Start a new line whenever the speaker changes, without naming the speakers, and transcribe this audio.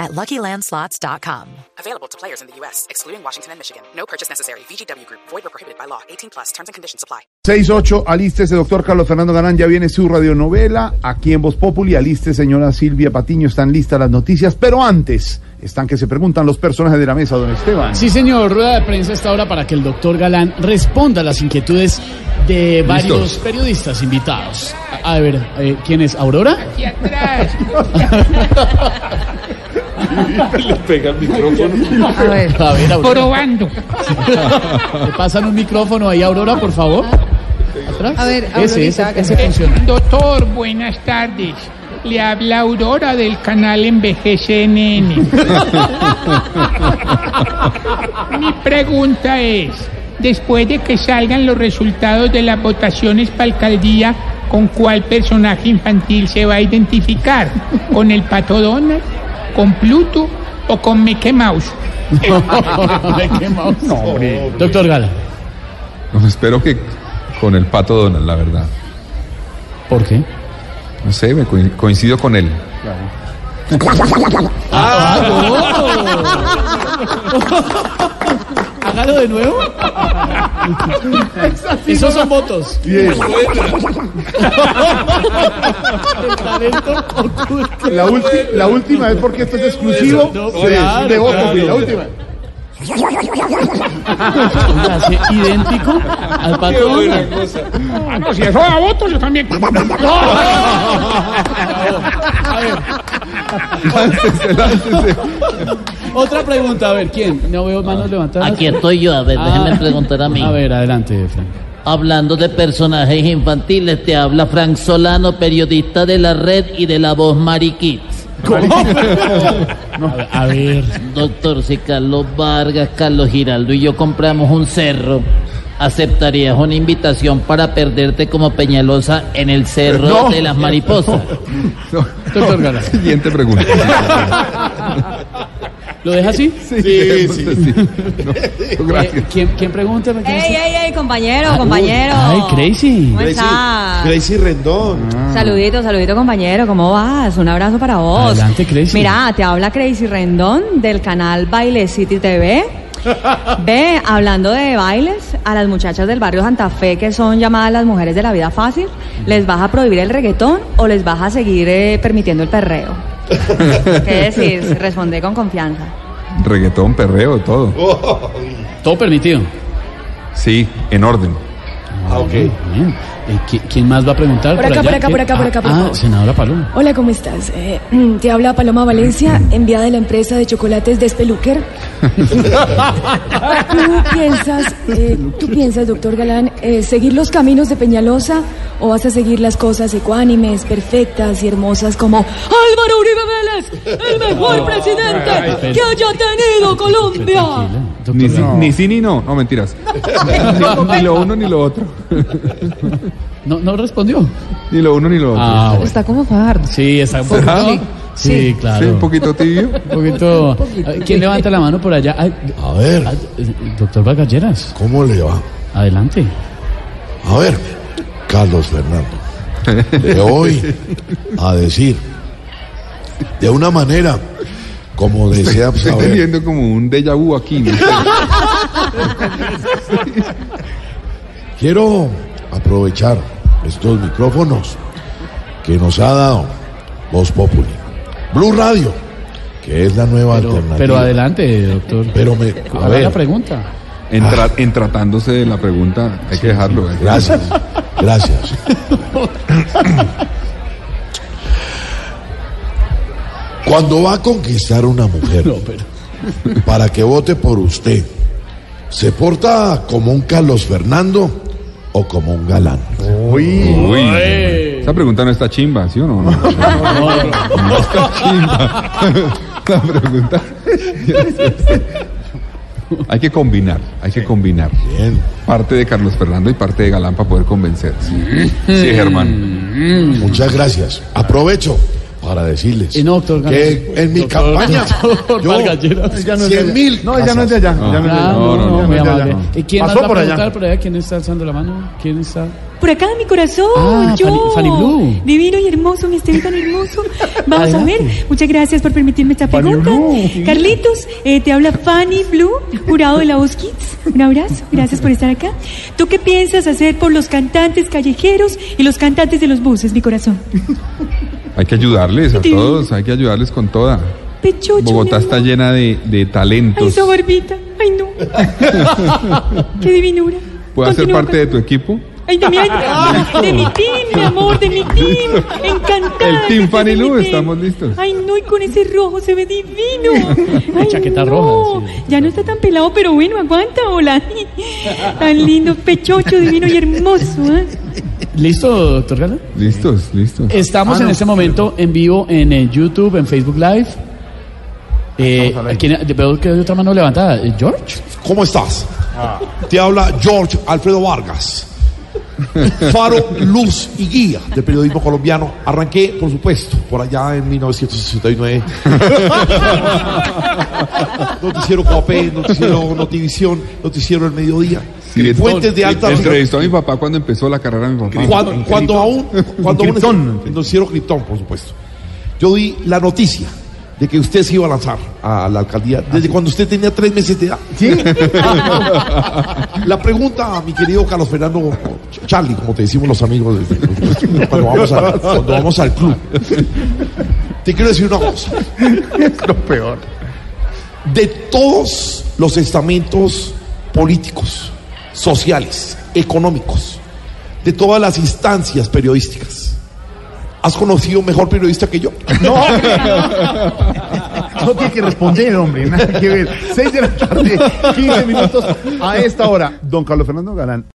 at luckylandslots.com.
Available to players in the U.S., excluding Washington and Michigan. No purchase necessary. VGW Group, void or prohibited by law. 18 plus terms and conditions apply.
6-8, alístese, doctor Carlos Fernando Galán, ya viene su radionovela aquí en Voz Populi, aliste, señora Silvia Patiño, están listas las noticias, pero antes están que se preguntan los personajes de la mesa, don Esteban.
Sí, señor. Rueda de prensa hasta ahora para que el doctor Galán responda a las inquietudes de varios periodistas invitados. A, a ver, eh, ¿quién es? ¿Aurora? Aquí atrás. Le pega el micrófono. A ver, Aurora.
Probando.
¿Le pasan un micrófono ahí, Aurora, por favor? ¿Atrás? A ver, ese, ese, ese funciona.
Doctor, buenas tardes. Le habla Aurora del canal EnvejCNN. Mi pregunta es, después de que salgan los resultados de las votaciones para alcaldía, ¿con cuál personaje infantil se va a identificar? ¿Con el Pato Donald? ¿Con Pluto? ¿O con Mickey Mouse?
Me he quemado. Doctor Galán,
No, espero que con el pato Donald, la verdad.
¿por qué?
No sé, me coi- coincido con él.
Hágalo de nuevo. Esos son votos.
Bien,
Talento oculto.
la, ulti- la última vez porque esto es exclusivo
No,
de,
claro,
de Voz Populi, la
claro.
última.
Oiga, hace idéntico al patrón.
Ah, no, si eso da votos, yo también.
Láncese, láncese.
Otra pregunta, a ver, ¿quién? No veo manos levantadas.
Aquí estoy yo, Ah, a ver,
Ah.
déjeme preguntar a mí.
A ver, adelante, Frank.
Hablando de personajes infantiles, te habla Frank Solano, periodista de la red y de la voz Mari Kids.
A ver, a ver.
Doctor, si Carlos Vargas, Carlos Giraldo y yo compramos un cerro, ¿aceptarías una invitación para perderte como Peñalosa en el cerro
No.
de las mariposas?
No,
Doctor Galán.
Siguiente pregunta.
¿Lo deja así?
Sí, sí. No, no,
Eh,
gracias.
¿Quién, quién pregunta? ¿Quién
¡Ey,
está?
ey, ey, compañero, compañero!
Ay, Crazy.
¿Cómo estás? Saludito, saludito, compañero. ¿Cómo vas? Un abrazo para vos.
Adelante, Crazy.
Mira, te habla Crazy Rendón del canal Baile City TV. Ve, hablando de bailes, a las muchachas del barrio Santa Fe, que son llamadas las mujeres de la vida fácil, ¿les vas a prohibir el reggaetón o les vas a seguir eh, permitiendo el perreo? ¿Qué decís? Responde con confianza.
Reggaetón, perreo, todo.
Todo permitido.
Sí, en orden.
Ah, ok. Bien. Eh, ¿qui- ¿Quién más va a preguntar?
Por acá, por
allá?
acá,
¿Qué?
por acá, por acá, por
Ah,
acá.
ah, senadora Paloma.
Hola, ¿cómo estás? Eh, te habla Paloma Valencia, enviada de la empresa de chocolates Despeluquer. ¿Tú piensas, eh, ¿Tú piensas, doctor Galán, eh, seguir los caminos de Peñalosa o vas a seguir las cosas ecuánimes, perfectas y hermosas como Álvaro Uribe Vélez, el mejor presidente que haya tenido Colombia?
Tranquila, doctor
Ni, si-
Galán.
ni sí ni no. No, mentiras. Ni, ni lo uno ni lo otro.
No, no respondió.
Ni lo uno ni lo otro.
Ah, bueno.
Está como Fajardo.
Sí, está un poquito. Sí, claro.
¿Ah? Sí, un poquito tibio.
Un poquito. Eh, ¿Quién levanta la mano por allá? Ay,
A ver,
ay, Doctor Bagalleras,
¿cómo le va?
adelante.
A ver, Carlos Fernando, le voy a decir de una manera como desea
pues,
Estoy
saber.
teniendo como un déjà vu aquí. ¿no?
Quiero aprovechar estos micrófonos que nos ha dado Voz Populi. Blue Radio, que es la nueva
Pero,
alternativa.
pero adelante, doctor.
Pero me, a
Haga la
ver,
pregunta.
En, tra- en tratándose de la pregunta, hay que dejarlo. hay que-
gracias, gracias. Cuando va a conquistar una mujer,
No, pero.
para que vote por usted. ¿Se porta como un Carlos Fernando o como un galán?
Uy, esa pregunta no está chimba, ¿sí o no? No, No está chimba. La pregunta. Hay que combinar, hay que combinar. Parte de Carlos Fernando y parte de Galán para poder convencer. Sí, sí Germán.
Muchas gracias. Aprovecho para decirles
Y Eh, no, doctor Galán.
que en mi
Doctor-
campaña
doctor Vargas Lleras.
Ya no es de
100
allá.
mil
No, ya no es de allá. ya no es de allá.
Ah, no, no,
ya
muy
es de allá.
amable. ¿Y quién
Pasó
más va a
por
preguntar
allá.
por allá? ¿Quién está alzando la mano? ¿Quién está?
Por acá, mi corazón,
Ah,
yo.
Fanny- Fanny Blue.
Divino y hermoso, mi Esteban tan hermoso. Vamos a ver.
Adelante.
Muchas gracias por permitirme esta
Fanny
pregunta.
Blue.
Carlitos, eh, te habla Fanny Blue, jurado de la Voz Kids. Un abrazo, gracias por estar acá. ¿Tú qué piensas hacer por los cantantes callejeros y los cantantes de los buses, mi corazón?
Hay que ayudarles a todos, hay que ayudarles con toda.
Pechucho.
Bogotá
mi
está
amor.
llena de, de
Ay,
talentos.
esa barbita. Ay, no. qué divinura.
¿Puedo hacer
Continúa,
parte de tu equipo?
Ay, de mi, ay, de mi team, mi amor, de mi team. Encantada.
El team
de estar
Fanny
en mi
Lu,
team.
estamos listos.
Ay, no, y con ese rojo se ve divino. Ay,
chaqueta
no.
roja, sí.
Ya no está tan pelado, pero bueno, aguanta, hola. Tan lindo, pechocho, divino y hermoso. ¿eh?
¿Listo, doctor Galán?
Listos, listos.
Estamos
Ah,
en este momento en vivo en eh, YouTube, en Facebook Live. Eh, ¿quién- veo que hay otra mano levantada. ¿Eh, ¿George?
¿Cómo estás? Te habla George Alfredo Vargas. Faro, luz y guía del periodismo colombiano. Arranqué, por supuesto, por allá en 1969. Noticiero Coapé, Noticiero Notivisión, Noticiero El Mediodía. Fuentes de alta
Entrevistó a mi papá cuando empezó la carrera de mi papá.
cuando, cuando aún, cuando aún
Krypton.
el noticiero Krypton, por supuesto. Yo di la noticia de que usted se iba a lanzar a la alcaldía
Ah,
desde cuando usted tenía tres meses de edad. La pregunta a mi querido Carlos Fernando o Ch- Charlie, como te decimos los amigos de- cuando, vamos a- cuando vamos al club. Te quiero decir una cosa.
Lo peor.
De todos los estamentos políticos, sociales, económicos, de todas las instancias periodísticas, ¿has conocido mejor periodista que yo?
No, hombre, no. No tiene que responder, hombre. Nada que ver. Seis de la tarde, 15 minutos a esta hora. Don Carlos Fernando Galán.